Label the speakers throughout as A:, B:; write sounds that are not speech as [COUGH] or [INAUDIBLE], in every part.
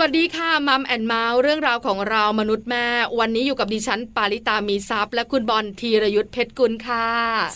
A: สวัสดีค่ะมัมแอนเมาส์เรื่องราวของเรามนุษย์แม่ วันนี้อยู่กับดิฉัน ปาริตามีซัพย์ และคุณบอลธีรยุทธเพชรกุลค่ะ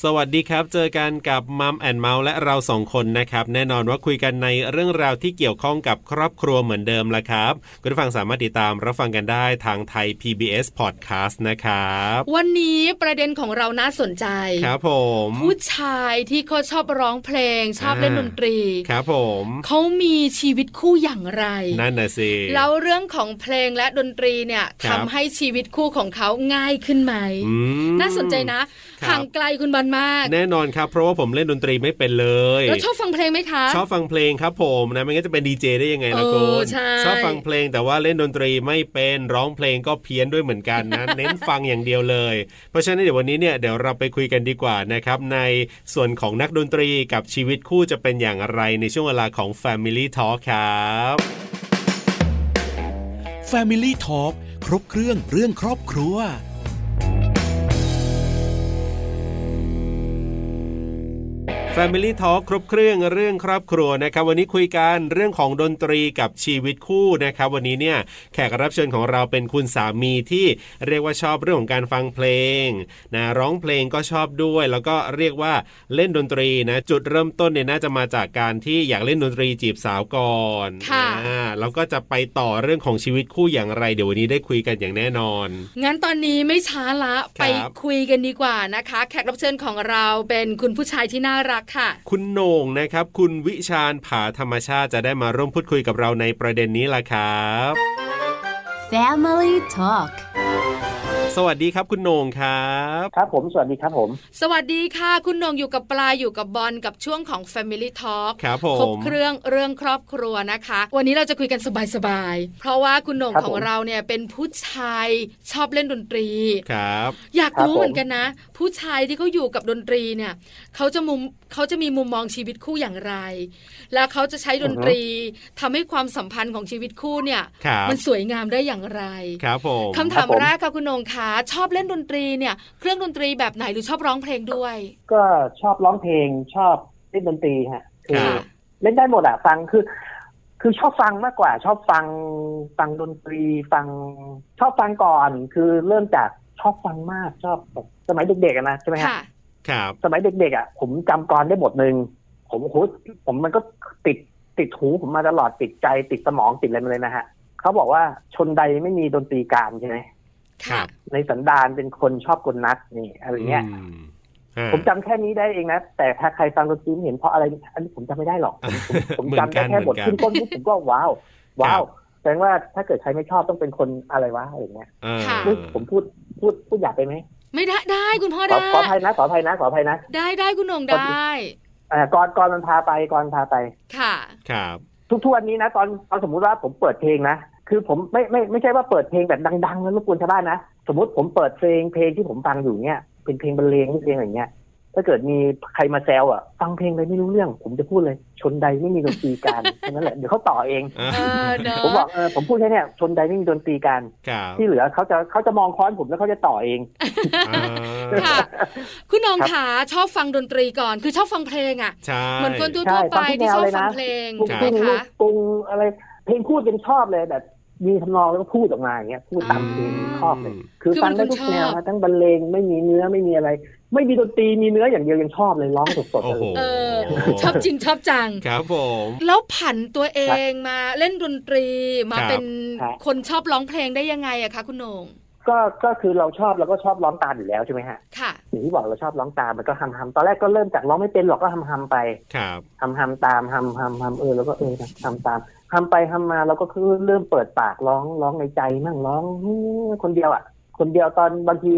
B: สวัสดีครับ เจอกันกับมัมแอนเมาส์และเราสองคนนะครับ แน่นอนว่าคุยกันในเรื่องราวที่เกี่ยวข้องกับครอบครัวเหมือนเดิมละครับ คุณผู้ฟังสามารถติดตามรับฟังกันได้ทางไทย PBS Podcast นะครับ
A: วันนี้ประเด็นของเราน่าสนใจ
B: ครับผม
A: ผู้ชายที่เขาชอบร้องเพลง ชอบ
B: อ่า
A: เล่นดนตรี
B: ครับผม
A: เขามีชีวิตคู่อย่างไร
B: นั่นน่ะสิ
A: แล้วเรื่องของเพลงและดนตรีเนี่ย
B: ครับ
A: ทำให้ชีวิตคู่ของเขาง่ายขึ้นไหม
B: อืม
A: น่าสนใจนะครับ ห่างไกลคุณบอลมาก
B: แน่นอนครับ เพราะว่าผมเล่นดนตรีไม่เป็นเลย
A: แล้วชอบฟังเพลงไหมคะ
B: ชอบฟังเพลงครับผมนะไม่งั้นจะเป็นดีเจได้ยังไงล่ะ
A: เออ
B: คุณ
A: ใช่
B: ชอบฟังเพลงแต่ว่าเล่นดนตรีไม่เป็นร้องเพลงก็เพี้ยนด้วยเหมือนกันนะ [LAUGHS] เน้นฟังอย่างเดียวเลย เพราะฉะนั้นเดี๋ยววันนี้เนี่ยเดี๋ยวเราไปคุยกันดีกว่านะครับ ในส่วนของนักดนตรีกับชีวิตคู่จะเป็นอย่างไรในช่วงเวลาของ Family Talk ครับ
C: Family Talk ครบเครื่องเรื่องครอบครัว
B: Family Talk ครบเครื่องเรื่องครอบครัวนะครับวันนี้คุยกันเรื่องของดนตรีกับชีวิตคู่นะครับวันนี้เนี่ยแขกรับเชิญของเราเป็นคุณสามีที่เรียกว่าชอบเรื่องของการฟังเพลงนะร้องเพลงก็ชอบด้วย แล้วก็เรียกว่าเล่นดนตรีนะจุดเริ่มต้นเนี่ยน่าจะมาจากการที่อยากเล่นดนตรีจีบสาวก่อน
A: ค่ะ
B: อ่าแล้วก็จะไปต่อเรื่องของชีวิตคู่อย่างไร เดี๋ยววันนี้ได้คุยกันอย่างแน่นอน
A: งั้นตอนนี้ไม่ช้าละไปคุยกันดีกว่านะคะ แขกรับเชิญของเราเป็นคุณผู้ชายที่น่ารักค่ะ
B: คุณโหน่งนะครับ คุณวิชาญผาธรรมชาติจะได้มาร่วมพูดคุยกับเราในประเด็นนี้ล่ะครับ
D: Family Talk
B: สวัสดีครับคุณโหน่งครับ
E: ครับผมสวัสดีครับผม
A: สวัสดีค่ะ คุณหนงอยู่กับปลาอยู่กับบอลกับช่วงของ Family Talk
B: ครับผม
A: บเครื่องเรื่องครอบครัวนะคะ วันนี้เราจะคุยกันสบายๆเพราะว่าคุณหนง
E: ครับ
A: ของ
E: ผม
A: เราเนี่ยเป็นผู้ชายชอบเล่นดนตรี
B: ครับ
A: อยากรู้
E: ครับผม
A: เหมือนกันนะ ผู้ชายที่เขาอยู่กับดนตรีเนี่ยเขาจะมุมเขาจะมีมุมมองชีวิตคู่อย่างไร แล้วเขาจะใช้ดนตรีทำให้ความสัมพันธ์ของชีวิตคู่เนี่ย
B: ครับ
A: มันสวยงามได้อย่างไร
B: ครับผม
A: คำถาม
E: ครับผม
A: แรกค่ะคุณนงคะชอบเล่นดนตรีเนี่ย เครื่องดนตรีแบบไหนหรือชอบร้องเพลงด้วย
E: ก็ชอบร้องเพลงชอบเล่นดนตรีฮะคื
B: ค
E: อ
B: รับ
E: เล่นได้หมดอะฟังคือ คือชอบฟังมากกว่า ชอบฟังฟังดนตรีฟังชอบฟังก่อน คือเริ่มจากชอบฟังมากชอบแบบสมัยเด็กๆอะนะใช่ไหมฮะ
A: ค่ะ
B: ครับ
E: สมัยเด็กๆอะผมจำกรได้บทหนึ่งผมโอ้โหผมมันก็ติดติดหูผมมาตลอดติดใจ ติดสมองติดอะไรมาเลยนะฮะเขาบอกว่าชนใดไม่มีดนตรีการใช่ไหม
B: ครั
A: ค่ะ
B: บ
E: ในสันดานเป็นคนชอบกลนัดนี่อะไรเงี้ย
B: มอ่า
E: ผมจำแค่นี้ได้เองนะ แต่ถ้าใครฟังดนตรีไม่เห็นเพราะอะไร อันนี้ผมจำไม่ได้
B: [LAUGHS]
E: หรอก ผมผมผม
B: เหมือนกั
E: จำได้
B: น
E: แค่บท
B: เหมือนกัน
E: ขึ้นต้นปุ๊บผมก็ว้าว ว้าวแสดงว่าถ้าเกิดใครไม่ชอบต้องเป็นคนอะไรวะอะไรเงี้ย
B: เออ
A: ค่ะ
E: อุ๊ยผมพูดพูดพูดหยาบไปไหม
A: ไม่ได้ได้คุณพ่อ
E: ขอ
A: ได้
E: ขออภัยนะ ขออภัยนะขออภัยนะ
A: ได้ได้คุณหนงได้
E: อ่าก่อนก่อนมันพาไปก่อนพาไป
A: ค่ะ
B: ครับ
E: ทุกทุกวันนี้นะ ตอนตอนสมมุติว่าผมเปิดเพลงนะ คือผมไม่ไม่ไม่ใช่ว่าเปิดเพลงแบบดังๆแล้วรบกวนชาวบ้านนะ สมมติผมเปิดเพลงเพลงที่ผมฟังอยู่เนี่ย เป็นเพลงบรรเลงหรือเพลงอะไรเงี้ย ถ้าเกิดมีใครมาแซวอ่ะ ฟังเพลงอะไรไม่รู้เรื่อง ผมจะพูดเลย ชนใดไม่มีดนตรี [LAUGHS] การ แค่นั้นแหละ เดี๋ยวเขาต่อเอง
B: เออ
A: เออเนอะ
E: ผมบอกเออผมพูดแค่เนี้ยชนใดไม่มีดนตรีการ
B: ครับ
E: ที่เหลือเขาจะเขาจะมองค้อนผมแล้วเขาจะต่อเอง
B: อ่า
A: ค่ะ คุณหนง
E: ครับ
A: ขาชอบฟังดนตรีก่อน คือชอบฟังเพลงอ่ะ
B: ใช่
A: เหมือนคน
E: ใช่
A: ทั่วๆไป
E: ฟังทุ
A: ที่ช
E: กแนว
A: อบ
E: เลยนะ
A: ฟังเพลง
E: ปรุง
B: ค
A: นะ
B: รับ
E: ปรุง
A: คะ
E: ปรุงอะไร เพลงพูดเป็นชอบเลยแบบมีทำนองแล้วก็พูดออกมาอย่างเงี้ยพูดตามเพลงชอบเลย คือ
A: คือ
E: ฟังได้
A: เป็นคน
E: ทุกแน
A: ช
E: ว
A: อบ
E: นะทั้งบรรเลงไม่มีเนื้อไม่มีอะไร ไม่มีดนตรีมีเนื้ออย่างเดียวยังชอบเลยร้องสดๆ
B: โอ้
E: เล
B: โห
E: ย
A: เออ ชอบจริงชอบจัง
B: ครับผม
A: แล้วผันตัวเองมาเล่นดนตรีมา
B: ครับ
A: เป็น
E: ครับ
A: คนชอบร้องเพลงได้ยังไงอะคะคุณโหนง
E: ก็ก็คือเราชอบเราก็ชอบร้องตามอยู่แล้วใช่ไหมฮะ
A: ค่ะ
E: อย่างที่บอกเราชอบร้องตามมันก็ฮัมฮัมตอนแรกก็เริ่มจากร้องไม่เป็นหรอกก็ฮัมฮัมไป
B: ครับ
E: ฮัมฮัมตามฮัมฮัมฮัมเออแล้วก็เออฮัมตามฮัมไปฮัมมาเราก็คือเริ่มเปิดปากร้องร้องในใจมั่งร้องคนเดียวอ่ะ คนเดียวตอนบางที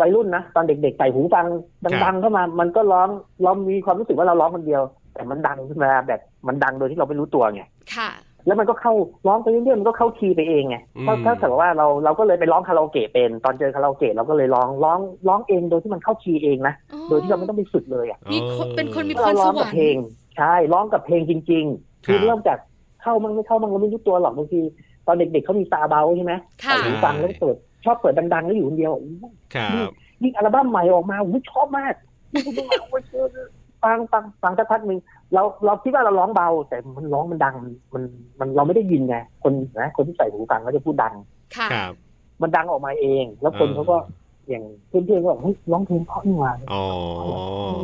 E: วัยรุ่นนะตอนเด็กๆใส่หูฟัง
B: ครั
E: ดั
B: บ
E: งๆเข้ามา มันก็ร้องร้องมีความรู้สึกว่าเราร้องคนเดียว แต่มันดังขึ้นมาแบบมันดังโดยที่เราไม่รู้ตัวไง
A: ค่ะ
E: แล้วมันก็เข้าร้องไปเรื่อยๆมันก็เข้าคีย์ไปเองไง
B: อืม
E: ถ้าถ้าเกิดว่าเราเราก็เลยไปร้องคาราโอเกะเป็นตอนเจอคาราโอเกะเราก็เลยร้องร้องร้องเองโดยที่มันเข้าคีย์เองนะ
A: อ๋อ
E: โดยที่เราไม่ต้องไปฝึกเลยอ่ะ
A: มีคนเป็นคนมี
E: เราร้องกับเพลงใช่ร้องกับเพลงจริง ๆ คื
B: ค
E: อ
B: รับ
E: เริ่มจากเข้ามันไม่เข้ามันเราไม่รู้ตัวหรอกบางทีตอนเด็กๆเขามีซาเบาใช่ไหม
A: ค่ะ
E: ใส่หูฟังแล้ว
B: ใช่
E: เปิดชอบเปิดดังๆแล้วอยู่คนเดียวอู้
B: ครับ
E: ยิ่งอัลบั้มใหม่ออกมาอู้ชอบมากยิ่งอัลบั้มใหม่ออกมา ฟังฟังฟังสักพักหนึ่งเราเราคิดว่าเราร้องเบา แต่มันร้องมันดังมันมันเราไม่ได้ยินไงคนนะคนที่ใส่หูฟังเขาจะพูดดัง
A: ค่ะ
B: ครับ
E: มันดังออกมาเอง แล้วคน
B: เออ
E: เขาก็อย่างเพื่อนๆก็บอกเฮ้ยร้องเพลงเพราะนี่หว่า
B: อ๋อ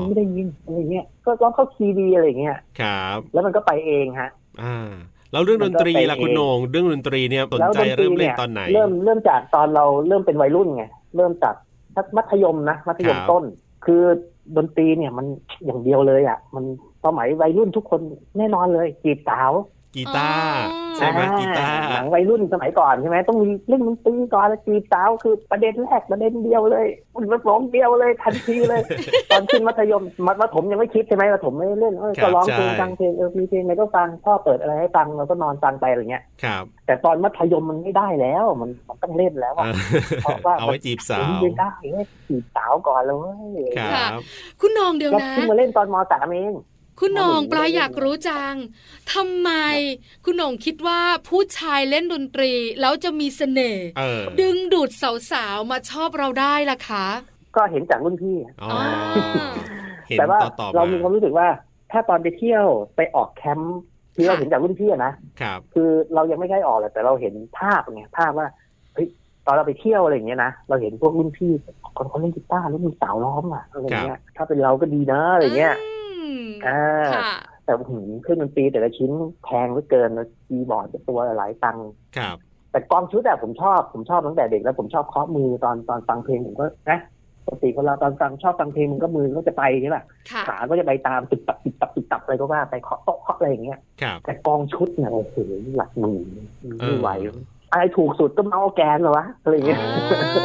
E: ไม่ได้ยินอะไรเงี้ยก็ร้องเข้าคีย์ดีอะไรเงี้ย
B: ครับ
E: แล้วมันก็ไปเองฮะ
B: อ่าแล้วเรื่องดนตรีล่ะคุณโหนงเรื่องดนตรีเนี่ยสน
E: แล้ว
B: ใจ
E: ดนต
B: เริ่มเล่
E: ย
B: นตอนไหน
E: เริ่มเริ่มจากตอนเราเริ่มเป็นวัยรุ่นไงเริ่มจากสักมัธยมนะมัธยม
B: ครับ
E: ต้น คือดนตรีเนี่ยมันอย่างเดียวเลยอ่ะ มันสมัยวัยรุ่นทุกคนแน่นอนเลยจีบสาว
B: กีตาร์
A: อ๋อ
B: ใช่ไหม
E: อ่
B: กีตาร์
E: หนังวัยรุ่นสมัยก่อนใช่ไหมต้องมีเล่นดนตรีก่อนแล้วจีบสาวคือประเด็นแรกประเด็นเดียวเลยมันร้องเดียวเลยทันทีเลย
B: [LAUGHS]
E: ตอนขึ้นมัธยมมัธยมยังไม่คิดใช่ไหมมัธยมไม่ได้เล่นเออก็ร้องเพลงฟังเพลงเออมีเพลงอะไรก็ฟังพ่อเปิดอะไรให้ฟังเราก็นอนฟังไปอะไรเงี้ย
B: ครับ
E: แต่ตอนมัธยมมันไม่ได้แล้วมันมันต้องเล่นแล้วอะ เพราะว่า
B: เอาไว้จีบสา
E: ผม
B: ว
E: ไม่ได้เล่นจีบสาวก่อนเลยเว้ย
B: ครับ
A: คุณโหนงเดี๋ยว
E: เรา
A: นะ
E: เพิ่งมาเล่นตอนมสามเอง
A: คุณโหนง
E: อ๋อ
A: ปลาอยากรู้จังทำไม คุณโหนงคิดว่าผู้ชายเล่นดนตรี แล้วจะมีเสน่ห์
B: เออ
A: ดึงดูดสาวๆมาชอบเราได้ล่ะคะ
E: ก็เห็นจากรุ่นพี่อะ
B: อ๋อเห็น
E: แต่ว่า
B: ต่อต่อ
E: เรามีความ
B: มา
E: รู้สึกว่า ถ้าตอนไปเที่ยวไปออกแคมป์ที่เราเห็นจากรุ่นพี่อะนะครับ คือเรายังไม่ใช่ออกเลยแต่เราเห็นภาพไงภาพว่าเฮ้ยตอนเราไปเที่ยวอะไรอย่างเงี้ยนะเราเห็นพวกรุ่นพี่คนเขาเล่นกีตาร์แล้วมีสาวล้อมอะอะไรอย่างเงี้ยถ้าเป็นเราก็ดีนะอะไรอย่างเงี้ย
A: อืม
E: อ่า
A: ค่ะ
E: แต่หืมเครื่องดนตรีแต่ละชิ้นแพงเหลือเกินแล้วคีย์บอร์ดก็ตัวละหลายตังค์
B: ครับ
E: แต่กลองชุดอะผมชอบผมชอบตั้งแต่เด็กแล้วผมชอบเคาะมือตอนตอนฟังเพลงผมก็นะปกติคนเราตอนฟังชอบฟังเพลงมันก็มือก็จะไปใช่ป่ะ
A: ค่ะ
E: ขาก็จะไปตามติดตับติดตับติดตับอะไรก็ว่าไปเคาะโต๊ะเคาะอะไรอย่างเงี้ย
B: ครับ
E: แต่กลองชุดเนี่ยโอ้โหหลักหมื่น
B: เอ
E: ไม่
B: อ
E: ไหวอะไรถูกสุดก็เมาส์แกนเหรอวะอะไรอย่างเงี้ย
A: อ่า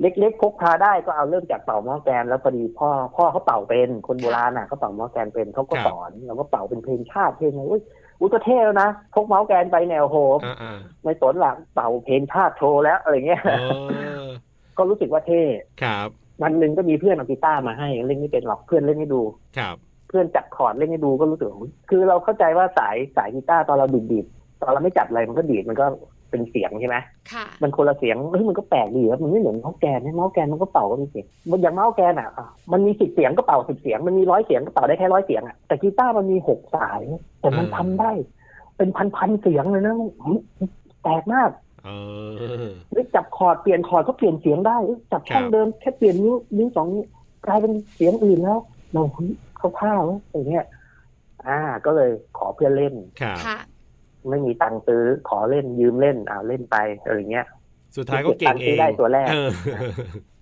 E: เล็กๆพกพาได้ก็เอาเริ่มจากเป่าหม้อแกนแล้วพอดีพ่อพ่อเขาเป่าเป็นคนโบราณน่ะเขาเป่าหม้อแกนเป็นเขาก็
B: ครับ
E: สอนเราก็เป่าเป็นเพลงชาติเพลงอะไรอุ้ยอุ้ยก็เท่แล้วนะพกเมาส์แกนไปแนวโหม
B: อ่าอ่า
E: ไม่สนหลังเป่าเพลงชาติโชว์แล้วอะไรเงี้ย
B: เออ
E: ก็รู้สึกว่าเท่
B: ครับ
E: วันหนึ่งก็มีเพื่อนเอากีตาร์มาให้เล่นไม่เป็นหรอกเพื่อนเล่นให้ดู
B: ครับ
E: เพื่อนจับคอร์ดเล่นให้ดูก็รู้สึกว่าอุ๊ยคือเราเข้าใจว่าสายสายกีตาร์ตอนเราดีดดีดตอนเราไม่จับอะไรมันก็ดีดมันก็เป็นเสียงใช่ไหม
A: ค่ะ
E: มันคนละเสียงเฮ้ยมันก็แปลกดีครับมันไม่เหมือนเมาส์แกนนะเมาส์แกนมันก็เป่าก็มีเสียงมันอย่างเมาส์แกนอ่ะอ่ะมันมีสิบเสียงก็เป่าสิบเสียงมันมีร้อยเสียงก็เป่าได้แค่ร้อยเสียงอ่ะแต่กีตาร์มันมีหกสาย แต่มัน
B: อืม
E: ทำได้ เป็นพันพันๆเสียงเลยนะอืมแปลกมาก
B: เออ
E: เฮ้ยจับคอร์ดเปลี่ยนคอร์ดก็เปลี่ยนเสียงได้เฮ้ยจับช่อ
B: ค
E: ง
B: รับ
E: เดิมแค่เปลี่ยนนิ้วนิ้วสองนิ้วกลายเป็นเสียงอื่นแล้วเราเฮ้ยเขาท่าเว้ยอย่างเงี้ยอ่า ก็เลยขอเพื่อนเล่น
B: ครับ
A: ค่ะ
E: ไม่มีตังค์ซื้อขอเล่นยืมเล่นอ่าเล่นไปอะไรเงี้ย
B: สุดท้ายก็เก่งเอง
E: ได้ตัวแรก
B: เออ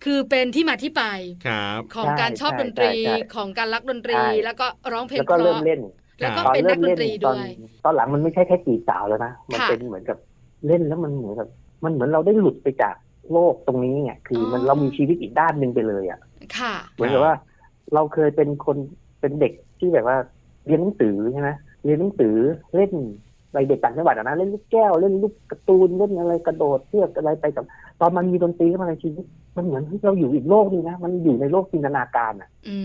A: คือเป็นที่มาที่ไป
B: ครับ
A: ของ
E: ใช่
A: การชอบ
E: ใช่
A: ดนตรี
E: ใช่ใช่
A: ของการรักดนตรี
E: ใช่
A: แล้วก็ร้องเพลง
E: แล้ว
A: เพ
E: ก็
A: ราะ
E: เริ่มเล่น
A: แล้วก็
E: ตอน
A: เป็น
E: เริ่
A: นั
E: ม
A: กดน
E: เล่น
A: ตรี
E: ตอน
A: ด้วย
E: ตอนหลังมันไม่ใช่แค่จีบสาวแล้วนะ มัน
A: ค่ะ
E: เป็นเหมือนกับเล่นแล้วมันเหมือนกับ มันเหมือนเราได้หลุดไปจากโลกตรงนี้ไงคือมันเรามีชีวิตอีกด้านหนึ่งไปเลยอ่ะ
A: ค่ะ
E: เหมือนกับว่า เราเคยเป็นคนเป็นเด็กที่แบบว่าเรียนหนังสือใช่ไหมเรียนหนังสือเล่นไปเด็กต่างจังหวัดอะนะเล่นลูกแก้วเล่นลูกการ์ตูนเล่นอะไรกระโดดเชือกอะไรไปกับ ตอนมันมีดนตรีเข้ามาในชีวิตมันเหมือนเราอยู่อีกโลกหนึงนะมันอยู่ในโลกจินตนาการอ่ะ
A: อื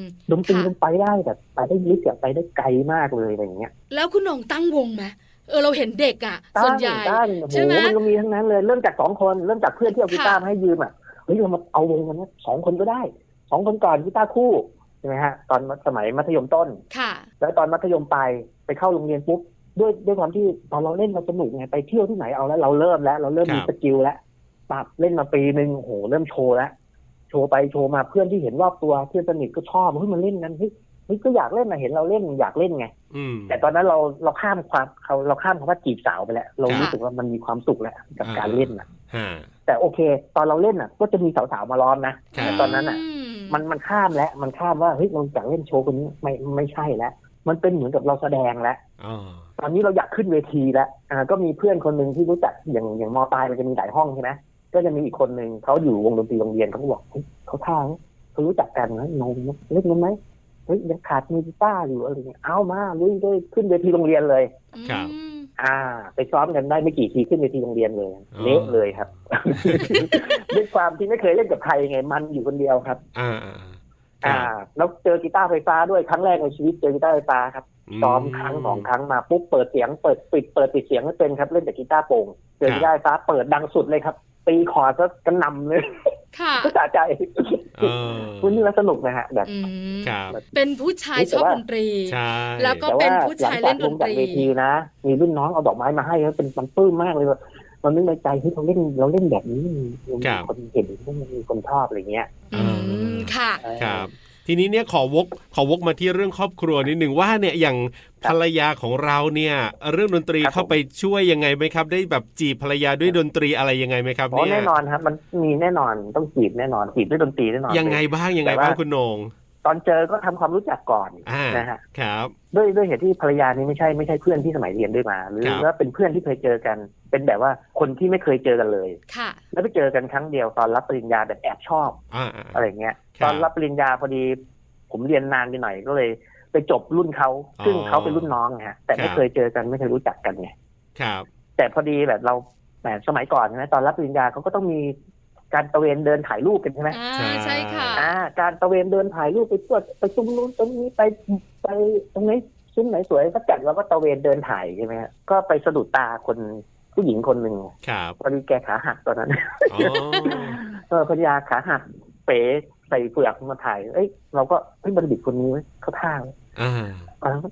A: ม
E: ดนตรี
A: ค่ะ
E: มันไปได้แบบไปได้ลึกอะไปได้ไกลมากเลยอะไรอย่างเงี้ย
A: แล้วคุณหนงตั้งวงไหมเออเราเห็นเด็กอ่ะ ส่วนใหญ่
E: ตั้ง
A: ใช่ไหม
E: โอ้โหมันก็มีทั้งนั้นเลยเริ่มจากสองคนเริ่มจากเพื่อนที่เอากีตาร์มาให้ยืมอ่ะเฮ้ยเรามาเอาวงกันนะสองคนก็ได้สองคนก่อนกีตาร์คู่ใช่ไหมฮะตอนสมัยมัธยมต้น
A: ค่ะ
E: แล้วตอนมัธยมปลายไปเข้าโรงเรียนปุ๊บด้วยด้วยความที่ตอนเราเล่นเราสนุกไงไปเที่ยวที่ไหนเอาแล้วเราเริ่มแล้วเราเริ่มมีสกิลแล้วปรับเล่นมาปีหนึ่งโอ้โหเริ่มโชว์แล้วโชว์ไปโชว์มาเพื่อนที่เห็นรอบตัวเพื่อนสนิทก็ชอบเฮ้ยมันเล่นนั้นเฮ้ยเฮ้ยก็อยากเล่นนะเห็นเราเล่นอยากเล่นไง
B: อืม
E: แต่ตอนนั้นเราเราข้ามความเขาเราข้ามคำว่าจีบสาวไปแล้ว เรา
B: ครับ
E: รู้สึกว่ามันมีความสุขแล้วกับ
B: อ่า
E: การเล่นนะ
B: ฮะ
E: แต่โอเค ตอนเราเล่นน่ะ ก็จะมีสาวๆมาล้อมนะครับ แต่ตอนนั้นอ่ะ มันมันข้ามแล้วมันข้ามว่าเฮ้ยเราอยากเล่นโชว์คนนี้ไม่ไม่ใช่แล้วมันเป็นเหมือนกับเราแสดงแล้ว
B: อ๋อ
E: ตอนนี้เราอยากขึ้นเวทีแล้วอ่าก็มีเพื่อนคนหนึ่งที่รู้จักอย่างอย่างมอปลายมันจะมีหลายห้องใช่ไหมก็จะมีอีกคนหนึ่งเขาอยู่วงดนตรีโรงเรียนเขาก็บอกเฮ้ยเขาท่านะเขารู้จักกันนะนงเล่นมั้ยไหมเฮ้ยยังขาดมือกีตาร์อยู่อะไรเงี้ยเอามาลุยด้วยขึ้นเวทีโรงเรียนเลย
A: ครับ
E: อ่า ไปซ้อมกันได้ไม่กี่ทีขึ้นเวทีโรงเรียนเลยเละเลย [LAUGHS] ครับ ด้วยความที่ไม่เคยเล่นกับใครไงมันอยู่คนเดียวครับ
B: อ่าอ่า
E: อ่า แล้วเจอกีตาร์ไฟฟ้าด้วยครั้งแรกในชีวิตเจอกีตาร์ไฟฟ้าครับซ้อมครั้งสองครั้งมาปุ๊บเปิดเสียงเปิดปิดเปิดปิดเสียงไม่เป็นครับเล่นแต่กีตาร์โปร่งเจอกีตาร์ไฟฟ้าเปิดดังสุดเลยครับตีคอร์ดก็กระหนำเลย [LAUGHS]
A: ค่ะ
E: ก็สะใจ
B: เออ
E: คุณนี่มันสนุกนะฮะแบบ
A: อืม
B: ครับ
A: เป็นผู้ชายชอบ
E: แต่ว่า
A: ดนตรี
B: ใช่
A: แล้วก็
E: แต่
A: เป็
E: ว่าน
A: ผู้
E: หลั
A: ชาย
E: จา
A: เล่
E: ก
A: น
E: ล
A: ด
E: ง
A: นตรี
E: จากเวทีนะ มีรุ่นน้องเอาดอกไม้มาให้แล้วเป็นมันปลื้มมากเลยแบบมันนึกในใจที่เราเล่นเราเล่นแบบนี้มีมีคนเห็นมีคนชอบอะไรเงี้ย
A: อืมค่ะ
B: ครับ ทีนี้เนี่ยขอวกขอวกมาที่เรื่องครอบครัวนิดหนึ่งว่าเนี่ยอย่างภรรยาของเราเนี่ย เรื่องดนตรีเข้าไปช่วยยังไงไหมครับ ได้แบบจีบภรรยาด้วยดนตรีอะไรยังไงไหมครับ
E: เพราะ
B: เนี่ย
E: แน่นอนครับ มันมีแน่นอนต้องจีบแน่นอนจีบด้วยดนตรีแน่นอน
B: ยังไงบ้างยังไง
E: แต่ว่า
B: บ้างคุณโหนง
E: ตอนเจอก็ทำความรู้จักก่อน
B: อ่า
E: นะฮะ
B: ครับ
E: ด้วยด้วยเหตุที่ภรรยานี่ไม่ใช่ไม่ใช่เพื่อนที่สมัยเรียนด้วยมา หรือ
B: ครับ
E: ว่าเป็นเพื่อนที่เคยเจอกัน เป็นแบบว่าคนที่ไม่เคยเจอกันเลย
A: ค่ะ
E: แล้วไปเจอกันครั้งเดียวตอนรับปริญญาแบบแอบชอบ
B: อ่า
E: อะไรเงี้ย
B: ครับ
E: ตอนรับปริญญาพอดี ผมเรียนนานไปหน่อยก็เลย ไปจบรุ่นเขา
B: อ๋อ
E: ซึ่งเขาเป็นรุ่นน้องไงฮะแต่ไม่
B: ครับ
E: เคยเจอกันไม่เคยรู้จักกันไง
B: ครับ
E: แต่พอดีแบบเราแบบสมัยก่อนนะตอนรับปริญญาเขาก็ต้องมีการตระเวนเดินถ่ายรูปกันใช่ไหม
A: อ่าใช่ค่ะ
E: อ่า การตระเวนเดินถ่ายรูปไปตรวจไปซุ้มนู้นตรงนี้ไปไปตรงไหนี้ซุ้มไหนสวยก็จัดแล้วก็ตระเวนเดินถ่ายใช่ไหมฮะก็ไปสะดุดตาคนผู้หญิงคนหนึ่ง
B: ครับ
E: พอดีแกขาหักตอนนั้น
B: อ๋อ
E: เออภรรยาขาหักเป๋ใส่เปลือกมาถ่าย เอ้ยเราก็เฮ้ยบัณฑิตคนนี้เว้ยเขาท่าเว้ย
B: อ่า
E: ตอนนั้น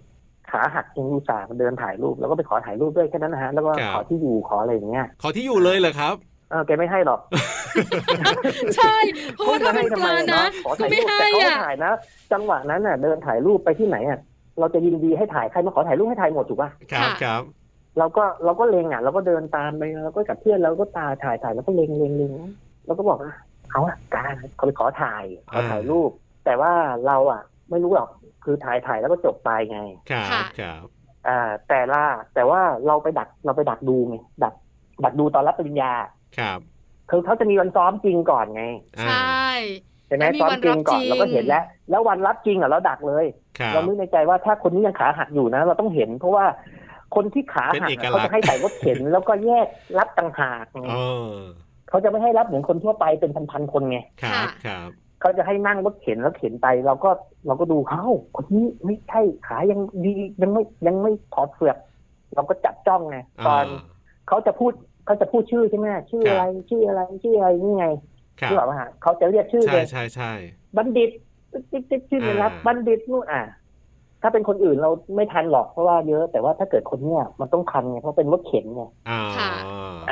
E: ขาหักยังอุตส่าห์มาเดินถ่ายรูป แล้วก็ไปขอถ่ายรูปด้วยแค่นั้นนะฮะ แล้วก็
B: ครับ
E: ขอที่อยู่ขออะไรอย่างเงี้ย
B: ขอที่อยู่เลยเหรอครับ
E: เออแกไม่ให้หรอก
A: ใช่ เพราะว่าถ้าเป็นปลานะ
E: ขอ
A: ก็
E: ถ่าย
A: ไม่
E: รูป
A: ให้
E: แต่เขา
A: อ่ะ
E: ถ่ายนะ จังหวะนั้นน่ะ เดินถ่ายรูปไปที่ไหนอ่ะเราจะยินดีให้ถ่ายใครมาขอถ่ายรูปให้ถ่ายหมดถูกป่ะ
B: ครับครับ
E: เราก็เราก็เลงอ่ะเราก็เดินตามไปเราก็กับเพื่อนเราก็ตาถ่ายถ่ายแล้วก็เลงเลงเลงแล้วก็บอกว่าเอาอะการเขาไปขอถ่ายขอถ่ายรูป แต่ว่าเราอ่ะ ไม่รู้หรอกคือถ่ายถ่ายแล้วก็จบไปไง
B: ครับครับ
E: อ่าแต่ละแต่ว่าเราไปดักเราไปดักดูไงดัก ดักดูตอนรับปริญญา
B: ครับ
E: คือเขาจะมีวันซ้อมจริงก่อนไง
B: อ่า
A: ใช่
E: ใช่ไหม
A: มี
E: ซ้อม
A: วัน
E: จ
A: รั
E: ริ
A: บ
E: งก่อน
A: จริง
E: เราก็เห็นแล้ว แล้ววันรับจริงอ่ะเราดักเลย
B: ครั
E: เรา
B: บ
E: นึกในใจว่าถ้าคนนี้ยังขาหักอยู่นะ เราต้องเห็น เพราะว่าคนที่ขาหั
B: เป็น
E: ก
B: เอก
E: อะ
B: ลั
E: เขา
B: กษณ์
E: จะให้ใส่รถเข็
B: [LAUGHS]
E: น แล้วก็แยกรับต่างหากไง
B: เออ
E: เขาจะไม่ให้รับเหมือนคนทั่วไปเป็นพันๆคนไง
B: ครับครับ
E: เขาจะให้นั่งรถเข็นแล้วเข็นไปเราก็เราก็ดูเขาคนนี้ไม่ใช่ขายังดียังไม่ยังไม่ถอดเสือกเราก็จับจ้องไงตอน
B: า
E: เขาจะพูดเขาจะพูดชื่อใช่ไหมชื่อ
B: ครับ
E: อะไรชื่ออะไรชื่ออะไรนี่ไง
B: ครับ
E: ที่บอกว่าฮะเขาจะเรียกชื่อ
B: ใช่
E: เลย
B: ใช่ใช่
E: บัณฑิตจิ๊กจิ๊กชื่อเลยนะ
B: อ่า
E: บัณฑิตนู่นอ่ะ ถ้าเป็นคนอื่นเราไม่ทันหรอกเพราะว่าเยอะ แต่ว่าถ้าเกิดคนเนี้ยมันต้องทันไงเพราะเป็นรถเข็นไง
B: อ่า
A: ค่ะ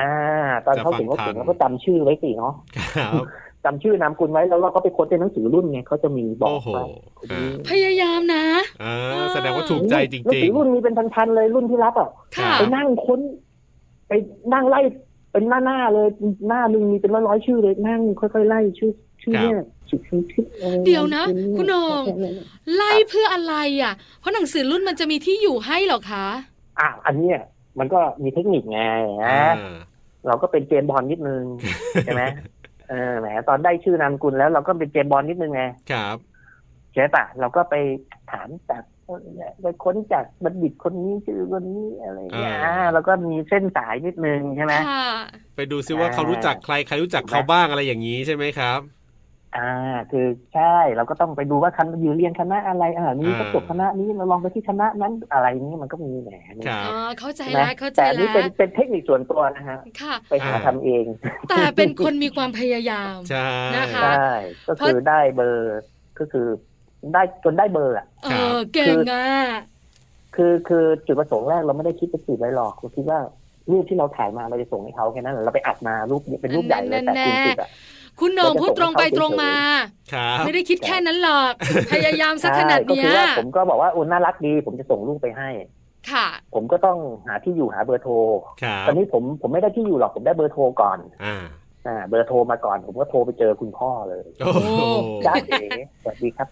E: อ่า ตอนเขาถึงรถเข็น
B: จะฟังทัน
E: เราก็จำชื่อไว้สิเนาะ
B: ครับ
E: จำชื่อนามคุณไว้แล้วเราก็ไปค้นในหนังสือรุ่นไงเขาจะมีบอก
B: โอ้โห
E: ว่าคน
B: อ่า
E: นี้
A: พยายามนะ
B: อ่าแสดงว่าถูกใจจ
E: หนัง
B: ริง
E: สือรุ่นมีเป็นพันๆเลยรุ่นที่รับอ่ะ
A: ค่ะ
E: ไปนั่งค้น ไปนั่งไล่เป็นหน้าหน้าๆเลยหน้าหนึ่งมีเป็นร้อยร้อยๆชื่อเลยนั่งค่อยๆไล่ชื่อชื่อ
B: ครับ
E: เนี่ยชื่อชื่อชื่อออ
A: เดี๋ยวนะ
E: ชื่เย
A: คุณโหน่ง
E: เนี่ยเนี่ยเนี่ย
A: ไล่เพื่ออะไรอ่ะ เพราะหนังสือรุ่นมันจะมีที่อยู่ให้เหรอคะ
E: อ่ะอันเนี้ยมันก็มีเทคนิคไง
B: ๆ
E: นะ
B: อ่า
E: เราก็เป็นเจมส์บอลนิดนึงใช่ไหม
B: [LAUGHS]
E: เออแหมตอนได้ชื่อนามสกุลแล้วเราก็เป็นเจมส์บอลนิดนึงไง
B: ครับ
E: ใช่ปะเราก็ไปถามจากคนเนี่ยไปค้นจากบัณฑิตคนนี้ชื่อคนนี้อะไรอย่างเงี้ยอ่ะเราก็มีเส้นสายนิดนึงใช่ไหม
A: ค่ะ
B: ไปดูซิว่าเขารู้จักใครใครรู้จักเขาบ้างอะไรอย่างนี้ใช่ไหมครับ
E: อ่า คือใช่เราก็ต้องไปดูว่าคันอยู่เรียนคณะอะไรอ่านี้
B: อ่า
E: ก็จบคณะนี้เราลองไปที่คณะนั้นอะไรนี้มันก็มีแหม
B: ค
A: อ๋
B: รับ
A: อ เข้าใจ
E: ใช่ไหม
A: แล้วเข้าใจ
E: แต่อัน
A: แล้
E: นี่เป็น
A: ว
E: เป็นเทคนิคส่วนตัวนะฮะ
A: ค่ะ
E: ไปหา
B: อ่า
E: ทำเอง
A: แต่เป็นคนมีความพยายาม
B: ใช่
A: นะคะ
E: ใช่ก็คือได้เบอร์ ก็คือได้จนได้เบอร์อ่ะ
A: เอ
B: ครับ
A: อ เก่งอ่ะ
E: คือคือจุดประสงค์แรกเราไม่ได้คิดไปจีบอะไรหรอกเราคิดว่ารูปที่เราถ่ายมาเราจะส่งให้เขาแค่นั้นแหละเราไปอัดมารูปเป็นรูปใหญ่เลยแต่
A: แน่
E: จ
A: ๆ
E: ริงๆอ่ะ
A: คุณโหนงพูดตรงไปตรงมา
B: ครับ
A: ไม่ได้คิดแค่นั้นหรอก พยายามสักขนาด
E: ใช่ก็
A: เนี้
E: คื
A: ย
E: ว่าผมก็บอกว่าโอ้น่ารักดี ผมจะส่งรูปไปให้
A: ค่ะ
E: ผมก็ต้องหาที่อยู่หาเบอร์โทร
B: ครับ
E: ตอนนี้ผมผมไม่ได้ที่อยู่หรอกผมได้เบอร์โทรก่อน
B: อ่า
E: อ่าเบอร์โทรมาก่อน ผมก็โทรไปเจอคุณพ่อเลย
B: โอ้โห
E: จ้าเอ๋สวัสดีครับ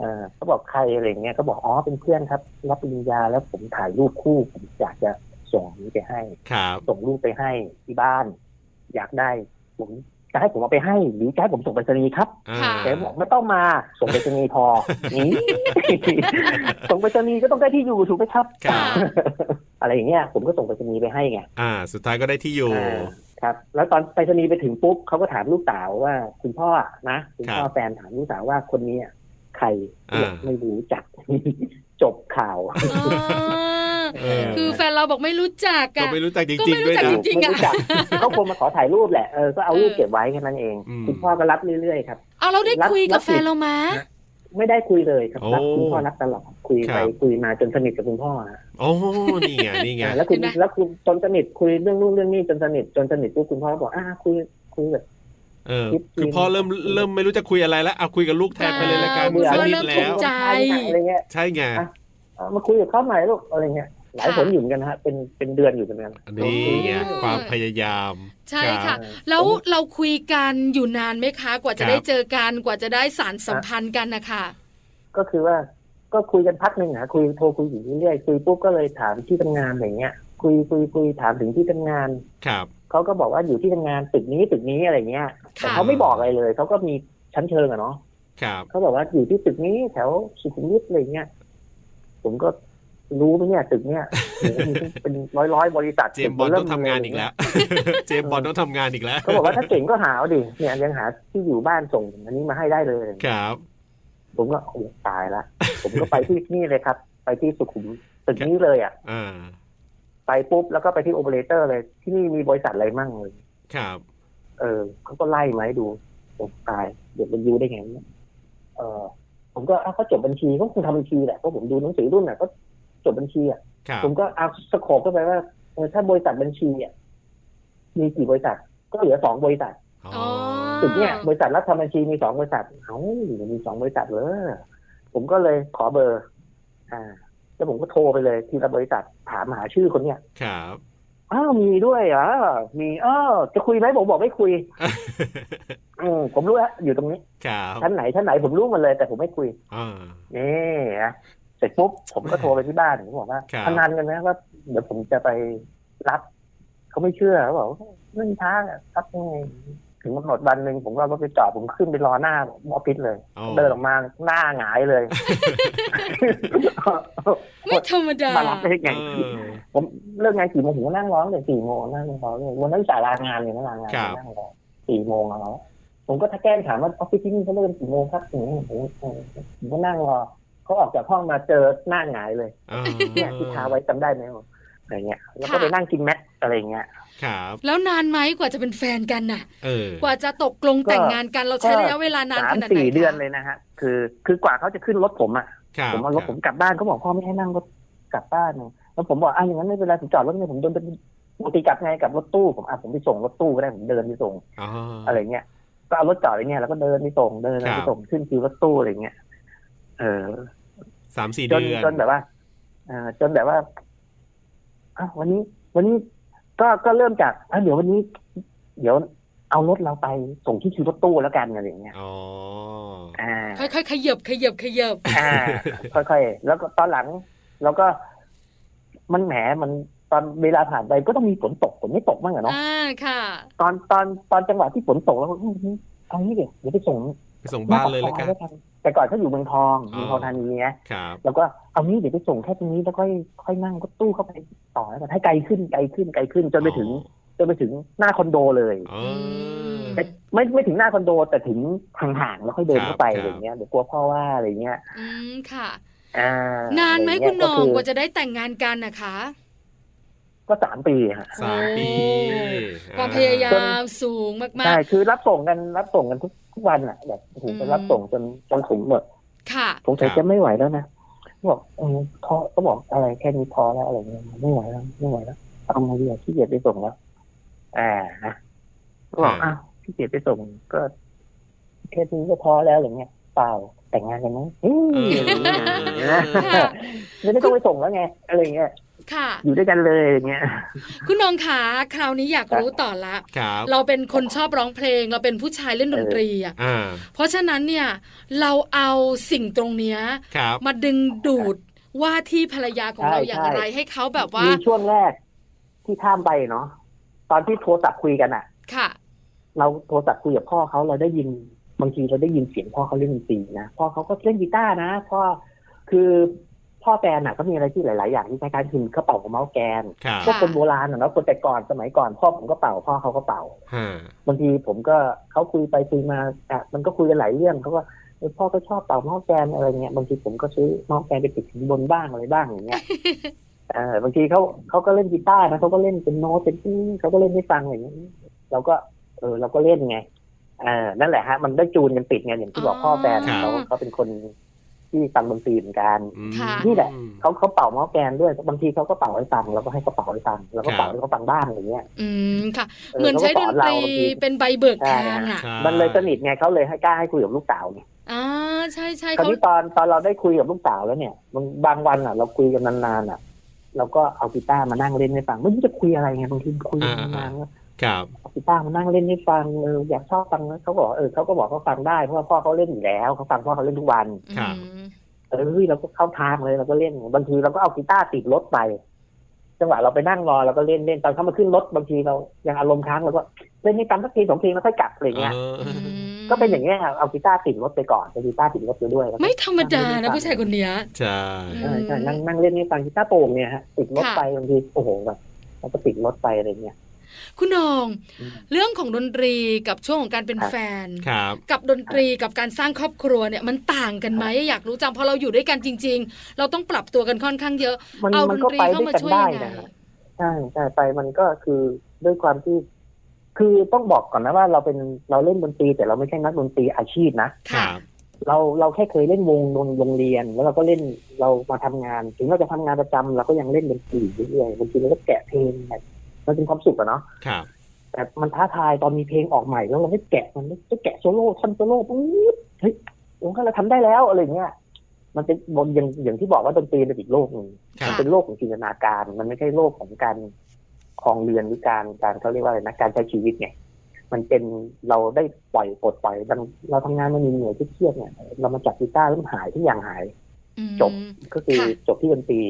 E: เออเขาบอกใครอะไรเงี้ยก็บอกอ๋อเป็นเพื่อนครับ รับปริญญาแล้วผมถ่ายรูปคู่ ผมอยากจะส่งนี้ไปให้
B: ครับ
E: ส่งรูปไปให้ที่บ้าน อยากได้ ผมจะให้ผมเอาไปให้หรือจะให้ผมส่งไปรษณีย์ครับ
B: อ่า
A: ค่ะ
E: แกบอกไม่ต้องมาส่งไปรษณีย์พอนี่ [LAUGHS] ส่งไปรษณีย์ก็ต้องได้ที่อยู่ถูกไหมครับ
B: ครับ
E: อะไรอย่างเงี้ยผมก็ส่งไปรษณีย์ไปให้ไง
B: อ่า สุดท้ายก็ได้ที่อยู่
E: อ่าครับ แล้วตอนไปรษณีย์ไปถึงปุ๊บเขาก็ถามลูกสาวว่า คุณพ่อนะ คุณพ่อ
B: ครับ
E: แฟนถามลูกสาวว่าคนนี้ ใคร
B: อ่า
E: ไม่รู้จัก [LAUGHS] จบ
A: [LAUGHS]
E: ข่าว
A: อ๋อ
B: เออ
A: คือแฟนเราบอกไม่รู้จัก
B: ก็
A: อะ
B: ไม่รู้จักจ
A: ก็
B: ริ
A: ไม่รู้
B: งๆ ด้วย
A: จัก
B: นะ
A: จริงๆอะ
E: ไม่รู้จักเขาคงมาขอถ่ายรูปแหละเออก็เอารูป
A: เออ
E: เก็บไว้แค่นั้นเอง
B: อืม
E: คุณพ่อก็รับเรื่อยๆครับ
A: เอาเราได้คุยกับแฟนเรามา
E: ไม่ได้คุยเลยครับรับ
B: โอ้
E: คุณพ่อรับตลอดคุย
B: ค
E: ไป
B: รับ
E: คุยมาจนสนิทกับคุณพ่อฮะ
B: โอ้นี่ไงนี่ไง
E: แล้วคุณ
A: เห็นไหม
E: แล้วคุณจนสนิทคุยเรื่องนู่นเรื่องนี้จนสนิทจนสนิทปุ๊บคุณพ่อก็บอกอ่าคุยคุยแบบ
B: เออ
E: คิด
B: คือพ่อ
E: ดีนะ
B: เริ่มเริ่มไม่รู้จะคุยอะไรแล้วเอาคุยกับลูกแทนไปเลยละกัน
A: เบื่อ
B: สัก
A: แล้ว
B: นิ
A: เริ่
B: ด
A: ม
B: แล้
A: ทุก
B: ว
A: ข์ใจ
E: อะไรเงี้ย
B: ใช่ไง
E: อ่ะ เอามาคุยกับเขาใหม่ลูกอะไรเงี้ยหลาย
A: ค่ะ
E: ผลอยู่เหมือนกันฮะเป็นเป็นเดือนอยู่เหมือนกัน
B: นี่ไง
A: โอ้ย
B: ความพยายาม
A: ใช่
B: รั
A: ค่ะ
B: บ
A: แล้วเราคุยกันอยู่นานไหมคะ กว่า
B: ครั
A: จะ
B: บ
A: ได้เจอกันกว่าจะได้สารสัมพันธ์กันนะคะ
E: ก็คือว่าก็คุยกันพักหนึ่งนะคุยโทรคุยอยู่เรื่อยๆคุยปุ๊บก็เลยถามที่ทำงานอะไรเงี้ย คุยคุยคุยถามถึงที่ทำงาน
B: ครับ
E: เขาก็บอกว่าอยู่ที่ทำงานตึกนี้ตึกนี้อะไรเงี้ยแต่
A: ค่ะ
E: เขาไม่บอกอะไรเลยเขาก็มีชั้นเชิงอะเนาะ
B: ครับ
E: เขาบอกว่าอยู่ที่ตึกนี้แถวสุขุมวิทอะไรเงี้ยผมก็รู้ไหมเนี่ยตึกเนี้ยโห [LAUGHS] มีเป็นร้อยร้อยๆบริษัท
B: เจมส์บอลต้องทำงานอีกแล้ว เจมส์บอลต้องทำงานอีกแล้ว
E: เขาบอกว่าถ้าเก่งก็หาเอาดิเนี่ยยังหาที่อยู่บ้านส่งอันนี้มาให้ได้เลย
B: ครับ
E: ผมก็โอ้ตายละผมก็ไปที่นี่เลยครับ [LAUGHS] ไปที่สุขุมตึกนี้เลยอ่ะ
B: อ่า
E: ไปปุ๊บแล้วก็ไปที่โอเปอเรเตอร์เลย ที่นี่มีบริษัทอะไรมั่งเลย
B: ครับ
E: เออเขาก็ไล่มาให้ดูผมตายเด็กมันยูได้ไงเนี่ยเออผมก็อ้าวเขาจบบัญชีเขาคงทำบัญชีแหละเพราะผมดูหนังสือรุ่นน่ะก็จบบัญชีอ่ะ
B: ครับ
E: ผมก็เอาสโคบเข้าไปว่าเออถ้าบริษัทบัญชีอ่ะมีกี่บริษัท ก็เหลือสองบริษัท
B: อ๋อ
A: อ๋อ
E: ถึงเนี่ยบริษัทรับทำบัญชีมีสองบริษัทเอ้ามีสองบริษัทเหรอผมก็เลยขอเบอร์ อ่า แล้วผมก็โทรไปเลยทีละบริษัทถามหาชื่อคนเนี้ย
B: ครับ
E: อ้าวมีด้วยเหรอมีเออจะคุยไหมผมบอกไม่คุ
B: [LAUGHS]
E: ย อืมผมรู้แล้วอยู่ตรงนี้
B: ครับ
E: ชั้นไหนชั้นไหนผมรู้หมันเลยแต่ผมไม่คุย
B: อ่า
E: นี่นะเสร็จปุ๊บผมก็โทรไปที่บ้านผมบอกว่า
B: ครับ
E: พนันกันนะว่าเดี๋ยวผมจะไปรับเขาไม่เชื่อเขาบอกว่าไม่มีทางอะรับยังไงถึงกำหนดวันหนึ่งผมก็เอารถไปจอดผมขึ้นไปรอหน้าออฟฟิศเลย
B: โอ้
E: เดินออกมาหน้าหงายเลย
A: ไม่ธรรมดา
E: [LAUGHS] มารับได้ไง
B: เออ
E: ผมเลิกงานกี่โมงผมก็นั่งร้องเลยสี่โมงนั่งร้องเลยวันนั้นสายลางานเลยนะลางาน
B: ครับ
E: นั่งร้องสี่โมงแล้ว ผมก็ทักแกล้งถามว่าออฟฟิศที่นี่เขาเริ่มกี่โมงครับถึงผมผมก็นั่งรอเขาออกจากห้องมาเจอหน้าหงายเลย
B: อ่า
E: เนี่ยที่ทาไว้จำได้ไหมบอกอะไรเงี้ยแล้วก็
A: ค่ะ
E: ไปนั่งกินแมทอะไรเงี้ย
B: ครับ
A: แล้วนานไหมกว่าจะเป็นแฟนกันน่ะ
B: เออ
A: กว่าจะตกลงแต่งงานกันเราใช้
E: ก็
A: ระยะเวลานาน
E: สา
A: ข
E: ม
A: นาดไหน
E: สี่
A: คะ
E: เดือนเลยนะฮะคือ คือกว่าเขาจะขึ้นรถผมอ่ะ
B: ครับ
E: ผมเอารถผมกลับบ้านเขาบอกพ่อไม่ให้นั่งรถกลับบ้านนะแล้วผมบอกอ่ะอย่างนั้นไม่เป็นไรผมจอดรถเนี่ยผมเดินไปปกติกลับไงกลับรถตู้ผมอ่ะผมไปส่งรถตู้ก็ได้ผมเดินไปส่ง
B: อ๋ออ
E: อะไรเงี้ย ก็เอารถจอดไว้เนี่ยแล้วก็เดินไปส่งเดิน
B: ค
E: ไป
B: รับ
E: ส่งขึ้นคือรถตู้อะไรเงี้ยเออ
B: สามสี่
E: จ
B: เดื
E: น
B: อน
E: จนแบบว่าเอ่อจนแบบว่าอ้าววันนี้ วันนี้ก็ก็เริ่มจากอ่ะเดี๋ยววันนี้ เดี๋ยวเอารถเราไปส่งที่คิวรถตู้แล้วกันอะไรอย่างเงี้ย
B: อ๋อ
E: อ่า
A: ค่อยๆขยับขยับขยับ
E: อ่า ค่อยๆ แล้วก็ตอนหลังเราก็ มันแหมมันตอนเวลาผ่านไปก็ต้องมีฝนตกฝนไม่ตกบ้างอะเนาะ
A: อ่าค่ะ
E: ตอนตอนตอนจังหวะที่ฝนตกแล้วก็อืมเอานี่เดี๋ยวเดี๋ยวไปส่ง
B: ไปส่งบ้านเลยละกัน
E: หาปากซอแต่ก่อนเขาอยู่เมืองทองเมืองทองธานีนะ
B: ครับ
E: แล้วก็เอานี้เดี๋ยวไปส่งแค่ตรงนี้แล้วก็ค่อยนั่งรถตู้เข้าไปต่อแล้วกันให้ไกลขึ้นไกลขึ้นไกลขึ้นจนไปถึงจนไปถึงหน้าคอนโดเลย
B: อ๋อ
E: ไม่ไม่ไม่ถึงหน้าคอนโดแต่ถึงห่างๆแล้วค่อยเดินเข้าไป
B: ครับ
E: อะไรเงี้ยเดี๋ยวกลัวพ่อว่าอะไรเงี้ย
A: อืมค่ะ
E: อ่าน
A: านไหม
E: ะร
A: คุ
E: เย
A: ณหน้องก
E: ก็
A: ว่าจะได้แต่งงานกันนะคะ
E: ก็สามปีฮะ
B: สามปี
A: โอ้ความพยายามสูงมา
E: ใช่
A: ก
E: คือรับส่งกันรับส่งกันทุกทุกวันอ่ะแบบโอ้โห
A: อืม
E: ไปรับส่งจนจนถึงหมด
A: ๆ ค่ะ
E: สงสัยจะไม่ไหวแล้วนะบอกเออพอก็บอกอะไรแค่นี้พอแล้วอะไรเงี้ยไม่ไหวแล้วไม่ไหวแล้วเอามาเดียวที่เกียจไปส่งแล้วอ่านะ ก็บอกอ้าวพี่เกียรติไปส่งก็แค่นี้ก็พอแล้วอย่างเงี้ยเปล่าแต่งงานกันไหมอืม
B: เออ
E: [LAUGHS]
A: ค่ะ
E: ไม่ได้ต้องไปส่งแล้วไงอะไรอย่างเงี้ย
A: ค่ะ
E: อยู่ด้วยกันเลยอย่างเงี้ย
A: คุณหน้องขาคราวนี้อยากรู้ต่อละ
B: ครับ
A: เราเป็นคนชอบร้องเพลง เราเป็นผู้ชายเล่นดนตรีอ่ะ
B: อ่า
A: เพราะฉะนั้นเนี่ย เราเอาสิ่งตรงเนี้ย
B: ครับ
A: มาดึงดูดว่าที่ภรรยาของเรา
E: ใช่
A: อย่าง
E: ใช่
A: ไรให้เขาแบบว่า
E: มีช่วงแรกที่ข้ามไปเนาะตอนที่โทรศัพท์คุยกันอะ
A: ค่ะ
E: เราโทรศัพท์คุยกับพ่อเขาเราได้ยินบางทีเราได้ยินเสียงพ่อเขาเล่นดนตรีนะพ่อเขาก็เล่นกีตาร์นะพ่อคือพ่อแกน่ะก็มีอะไรที่หลาย ๆ อย่างที่คล้ายๆคือกระเป๋าเมาส์แกน
B: ครับ
E: พวกคนโบราณอะเนาะคนแต่ก่อนสมัยก่อนพ่อผมก็เป่าพ่อเขาก็เป่า
B: ฮะ
E: บางทีผมก็เขาคุยไปคุยมาอ่ะมันก็คุยกันหลายเรื่องเขาก็ เออพ่อก็ชอบเป่าหม้อแกนอะไรเงี้ยบางทีผมก็ซื้อหม้อแกนไปติดถึงบนบ้างอะไรบ้างอย่างเงี้ย
A: [LAUGHS]
E: เออบางทีเขาเขาก็เล่นกีตาร์นะเขาก็เล่นเป็นโน้ตเป็นอื้อเขาก็เล่นให้ฟังอะไรเงี้ยเราก็ เออเราก็เล่นไงเออนั่นแหละฮะ มันได้จูนกันติดไงอย่างที่บอกพ่อแฟน
B: ครับ
E: เขาเขาเป็นคนที่ฟังดนตรีเหมือนกัน
B: อืม
A: ค่ะ
E: นี่แหละ เขาเขาเป่าหม้อแกนด้วยบางทีเขาก็เป่าให้ฟังเราก็ให้เขาเป่าให้ฟังเราก็เป่า
B: ครับ
E: ให้เขาฟังบ้างอะไรเงี้ย
A: อืมค่ะ เหมือนใช้ดน
E: ขาก็ส
A: ตรี
E: เาบางที
A: เป็นใบเบิกทางอ่ะ
B: ใช่
E: มันเลยสนิทไงเขาเลยให้กล้าให้คุยกับลูกสาวไง
A: อ่าใช่ใช่
E: คราว
A: เขา
E: นี้ตอนตอนเราได้คุยกับลูกสาวแล้วเนี่ยบางบางวันอ่ะ เราคุยกันนานๆอ่ะ เราก็เอากีตาร์มานั่งเล่นให้ฟังไม่รู้จะคุยอะไรไงบางทีคุยกันนานๆแล้ว
B: ครับ
E: เอากีตาร์มานั่งเล่นให้ฟังเอออยากชอบฟังนะเขาบอกเออเขาก็บอกเขาฟังได้เพราะว่าพ่อเขาเล่นอยู่แล้วเขาฟังพ่อเขาเล่นทุกวัน
B: ครับ
E: เออเราก็เข้าทางเลยเราก็เล่นบางทีเราก็เอากีตาร์ติดรถไป จังหวะเราไปนั่งรอเราก็เล่นเล่นตอนเขามาขึ้นรถบางทีเรายังอารมณ์ค้างเราก็เล่นให้ฟังสักทีสองเพลงแล้วค่อยกลับอะไรอย่างเงี้ย
B: เออ
E: ก็เป็นอย่างนี้ยครับเอากีตาร์ติดรถไปก่อนเอากีตาร์ติดรถไปด้วยแล้วก็
A: ไม่ธรรมดานะผู้ชายคนเนี้ย
B: ใช่
E: เออใช่นั่งนั่งเล่นนี่ฟังกีตาร์โปร่งเนี่ยฮะติดรถ
A: ค่ะ
E: ไปบางทีโอ้โหแบบแล้วก็ติดรถไปอะไรเงี้ย
A: คุณนอง
E: อืม
A: เรื่องของดนตรีกับช่วงของการเป็น
E: ครับ
A: แฟน
B: ครับ
A: กับดนตรีกับการสร้างครอบครัวเนี่ยมันต่างกันไหมอยากรู้จังเพอเราอยู่ด้วยกันจริง ๆ เราต้องปรับตัวกันค่อนข้างเยอะ
E: มัน
A: เอาด
E: มัน
A: น
E: ก็
A: ตรี
E: ไป
A: เข้า
E: ด้
A: มา
E: วยกัน
A: ช่วย
E: ได้
A: ยังไง
E: นะฮะใช่ใช่ไปมันก็คือด้วยความที่ คือต้องบอกก่อนนะว่าเราเป็นเราเล่นดนตรีแต่เราไม่ใช่นักดนตรีอาชีพนะ
B: ค
A: ค่ะ
B: รับ
E: เราเราแค่เคยเล่นวงวงโรงเรียน แล้วเราก็เล่นเรามาทำงาน ถึงเราจะทำงานประจำเราก็ยังเล่นดนตรีเรื่อยๆบางทีเราก็แกะเพลงแบบมันเป็นความสุขอะเนาะ
B: ครับ
E: แต่มันท้าทายตอนมีเพลงออกใหม่แล้วเราได้แกะมันได้แกะโซโล่ท่อนโซโล่ปุ๊บเฮ้ยตรงนั้นเราทำได้แล้วอะไรเงี้ย มันเป็นบนอย่างอย่างที่บอกว่าดนตรีเป็นอีกโลกหนึ่ง
B: ครับ
E: มันเป็นโลกของจินตนาการ มันไม่ใช่โลกของการของเรียนหรือการการเขาเรียกว่าอะไรนะการใช้ชีวิตไงมันเป็นเราได้ปล่อยปลดปล่อยดังเราทำงานมันมีเหนื่อยเครียดๆเนี่ยเรามาจับกีตาร์แล้วมันหายทุกอย่างหาย
A: อืม
E: จบ ก็คือ
A: ค่ะ
E: จบที่ดนตรี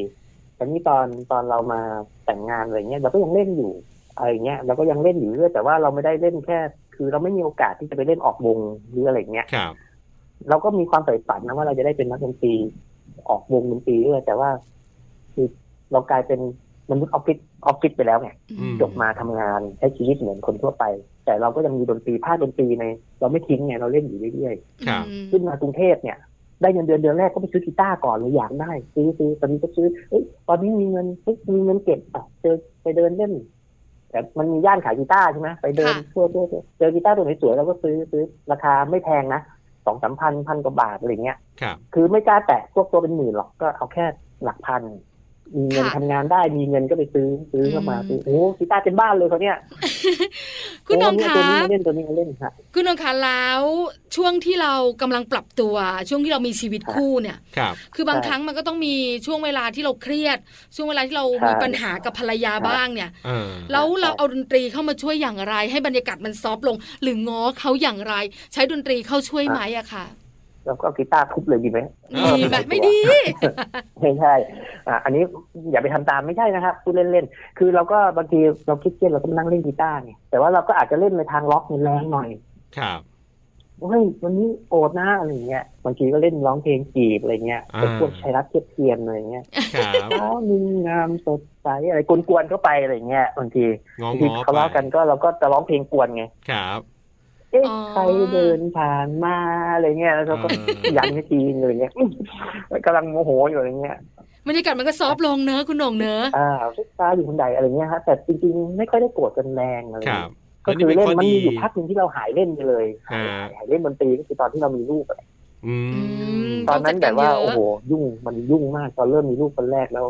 E: แต่นี่ตอนตอนเรามาแต่งงานอะไรเงี้ยเราก็ยังเล่นอยู่อะไรเงี้ยเราก็ยังเล่นอยู่เรื่อยแต่ว่าเราไม่ได้เล่นแค่ คือเราไม่มีโอกาสที่จะไปเล่นออกวงหรืออะไรเงี้ย
B: ครับ
E: เราก็มีความใฝ่ฝันนะว่าเราจะได้เป็นนักดนตรีออกวงดนตรีด้วยแต่ว่าคือเรากลายเป็นมนุษย์ออฟฟิศออฟฟิศไปแล้วไง
B: อืม
E: จบมาทำงานใช้ชีวิตเหมือนคนทั่วไป แต่เราก็ยังมีดนตรีภาคดนตรีใน เราไม่ทิ้งไงเราเล่นอยู่เรื่อยๆ
B: ครับ
A: อืม
E: ขึ้นมากรุงเทพเนี่ย ได้เงินเดือนเดือนแรกก็ไปซื้อกีตาร์ก่อนเลยอยากได้ ซื้อซื้อตอนนี้ก็ซื้อเอ้ยตอนนี้มีเงินปุ๊บมีเงินเก็บอ่ะเจอไปเดินเล่นแต่มันมีย่านขายกีตาร์ใช่ไหมไปเดินทั่วทั่วทั่วเจอกีตาร์ตัวไหนสวยเราก็ซื้อซื้อราคาไม่แพงนะสองสามพันพันกว่าบาทอะไรเงี้ย
B: ครับ
E: คือไม่กล้าแตะพวกตัวเป็นหมื่นหรอกก็เอาแค่หลักพันมีเงิน
A: ค่ะ
E: ทำงานได้มีเงินก็ไปซื้อซื้อเข้ามา
A: อื
E: ซื้
A: ม
E: อโอ้กีตาร์เต็มบ้านเลยเขาเนี่ย
A: คุณนอง
E: โเย
A: คะ
E: ตัวนี้มาเล่นตัวนี้มาเล่นค่ะ
A: คุณนองคะแล้วช่วงที่เรากำลังปรับตัว ช่วงที่เรามีชีวิตคู่เนี่ย
B: ครับ
A: คือบาง
E: ใช่
A: ครั้งมันก็ต้องมีช่วงเวลาที่เราเครียด ช่วงเวลาที่เรา
E: ใช่
A: มีปัญหากับภรรยาบ้างเนี่ย
B: อ่า
A: แล้วเราเอาดนตรีเข้ามาช่วยอย่างไร ให้บรรยากาศมันซอฟต์ลง หรือง้อเขาอย่างไร ใช้ดนตรีเข้าช่วยไหมอะค่ะ
E: แล้วก็เอากีตาร์ทุบเลยดีไหม
B: เออ
A: ดีแบบไม่ดี
E: ไม่ใช่อ่ะอันนี้อย่าไปทำตามไม่ใช่นะครับพูดเล่นๆ คือเราก็บางทีเราคิดเครียดเราก็มานั่งเล่นกีตาร์ไงแต่ว่าเราก็อาจจะเล่นในทางล็อกในแรงหน่อย
B: ครับ
E: เฮ้ยวันนี้โอดนะอะไรเงี้ยบางทีก็เล่นร้องเพลงจีบอะไรเงี้ยเป็น
B: อ่า
E: พวกชายรักเทียบเทียนอะไรเงี้ย
B: ครับ
E: เช้าหนึ่งงามสดใสอะไรกวนๆเข้าไปอะไรเงี้ยบางที
B: งอง
E: บางที
B: อ
E: ทะเลาะกันก็เราก็จะร้องเพลงกวนไง
B: ครับ
E: เอ๊ะ
A: อ๋อ
E: ใครเดินผ่านมาอะไรเงี้ยแล้วเราก็
B: อ่ายั
E: ยันไม่ทีอะไรเงี้ยอื้อกำลังโมโหอยู่อะไรเงี้ย
A: บรรยากาศมันก็ซอฟต์ลงเนอะคุณหนงเนอะ
E: อ่าซุปตาอยู่คนใดอะไรเงี้ยฮะแต่จริงๆ ไม่ค่อยได้โกรธกันแรงอะไร
B: ครับ
E: ก็คือ
B: ป็
E: เล่น
B: ข้
E: มัน
B: ดี
E: มีอยู่พักหนึ่งที่เราหายเล่นไปเลยหาย
B: อ่า
E: หายเล่นดนตรีก็คือตอนที่เรามีลูกอะ
B: อืม
E: ตอนนั้น
A: ต้
E: แบ
A: งจัดกร
E: บว่า
A: เยะ
E: โอ้โหยุ่งมันยุ่งมากตอนเริ่มมีลูกคนแรกแล้ว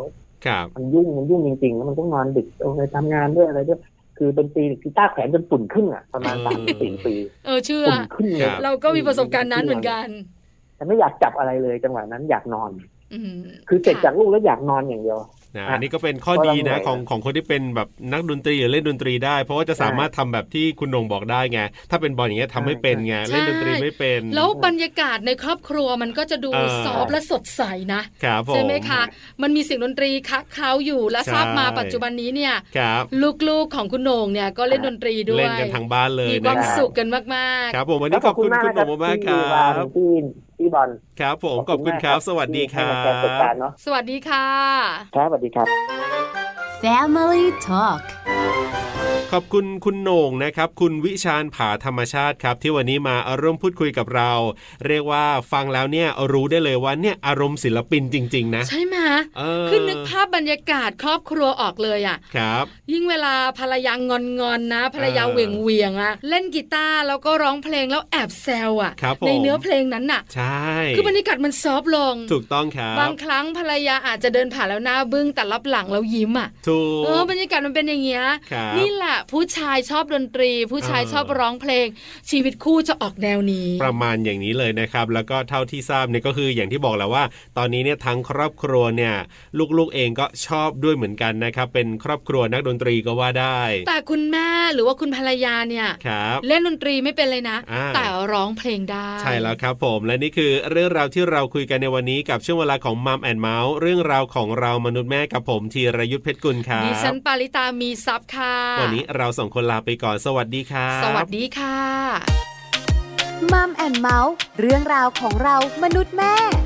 B: ครับ
E: มันยุ่งมันยุ่งจริงๆแล้วมันต้องนอนดึกต้องไปทำงานด้วยอะไรด้วยคือดนตรีกีตาร์แขวนจนปุ่นขึ้นอ่ะประมาณ
B: อืม
E: สามสี่ปี
A: เออเชื่อ
E: ปุ่นขึ้นเลย
B: ครับ
A: เราก็มีประสบการณ์นั้นเหมือนกัน
E: แต่ไม่อยากจับอะไรเลยจังหวะนั้นอยากนอน
A: อืม
E: คือเสร็จจาก
A: ะ
E: ลูกแล้วอยากนอนอย่างเดียว
B: นะ
E: อ่ะ
B: อันนี้ก็เป็นข้อ
E: เพราะ
B: ดี
E: เราเหนื่
B: นะ
E: อย
B: ของของคนที่เป็นแบบนักดนตรีหรือเล่นดนตรีได้ เพราะว่าจะสามารถทำแบบที่คุณนงบอกได้ไง ถ้าเป็นบอลอย่างเงี้ยทำไม่เป็นไงเล่นดนตรีไม่เป็น
A: แล้วบรรยากาศในครอบครัวมันก็จะดู
B: เออ
A: ซอฟต์และสดใสนะ
B: ครับผม
A: ใช่ไหมคะ มันมีเสียงดนตรีคะเคล้าอยู่และ
B: ใช่
A: ทราบมาปัจจุบันนี้เนี่ย
B: ครับ
A: ลูกๆของคุณโหนงเนี่ยก็เล่นดนตรีด้วย
B: เล่นกันทางบ้านเลย
A: มีค
B: นะ
A: วาม
B: ครับ
A: สุขกันมาก
B: ครับผมวันนี้ขอบคุณคุณหนุ่มมากๆครั
E: ที่ว
B: บ
E: งที่พี่บอล
B: ครับผมขอบคุณครับ สวัสดีครับ
E: ที่ให้มาแชร์ประสบการณ์เนาะ
A: ๆ สวัสดีค่ะ
E: ครับสวัสดีครับ
D: Family Talk
B: ขอบคุณคุณโหน่งนะครับ คุณวิชาญผาธรรมชาติครับ ที่วันนี้มาร่วมพูดคุยกับเรา เรียกว่าฟังแล้วเนี่ยรู้ได้เลยว่าเนี่ยอารมณ์ศิลปินจริง ๆ นะ
A: ใช่ไหม
B: เออ
A: คือนึกภาพบรรยากาศครอบครัวออกเลยอ่ะ
B: ครับ
A: ยิ่งเวลาภรรยางอนๆนนะ ภรรยา
B: เออ
A: เหวียงๆอะเล่นกีตาร์แล้วก็ร้องเพลงแล้วแอบแซวอะ
B: ครับผม
A: ในเนื้อเพลงนั้นน่ะ
B: ใช่
A: คือบรรยากาศมันซอฟต์ลง
B: ถูกต้องครับ
A: บางครั้งภรรยาอาจจะเดินผ่านแล้วหน้าบึ้งแต่รับหลังแล้วยิ้มอ่ะ
B: ถูก
A: เออบรรยากาศมันเป็นอย่างเงี้ย
B: ครับ
A: นี่แหละผู้ชายชอบดนตรี ผู้ชาย
B: เออ
A: ชอบร้องเพลง ชีวิตคู่จะออกแนวนี้
B: ประมาณอย่างนี้เลยนะครับ แล้วก็เท่าที่ทราบเนี่ยก็คืออย่างที่บอกแล้วว่า ตอนนี้เนี่ยทั้งครอบครัวเนี่ยลูกๆเองก็ชอบด้วยเหมือนกันนะครับ เป็นครอบครัวนักดนตรีก็ว่าได้
A: แต่คุณแม่หรือว่าคุณภรรยาเนี่ย
B: ครับ
A: เล่นดนตรีไม่เป็นเลยนะ
B: อ่า
A: แต่ร้องเพลงได้
B: ใช่แล้วครับผมและนี่คือเรื่องราวที่เราคุยกันในวันนี้กับช่วงเวลาของมัมแอนเมาส์เรื่องราวของเรามนุษย์แม่กับผมธีรยุทธเพชรกุลครั
A: ดิฉั
B: บ
A: นปาริตามีซับค่ะ
B: วันนี้เราสองคนลาไปก่อนสวัสดีครับ
A: สวัสดีค่ะ
D: มัมแอนเมาส์เรื่องราวของเรามนุษย์แม่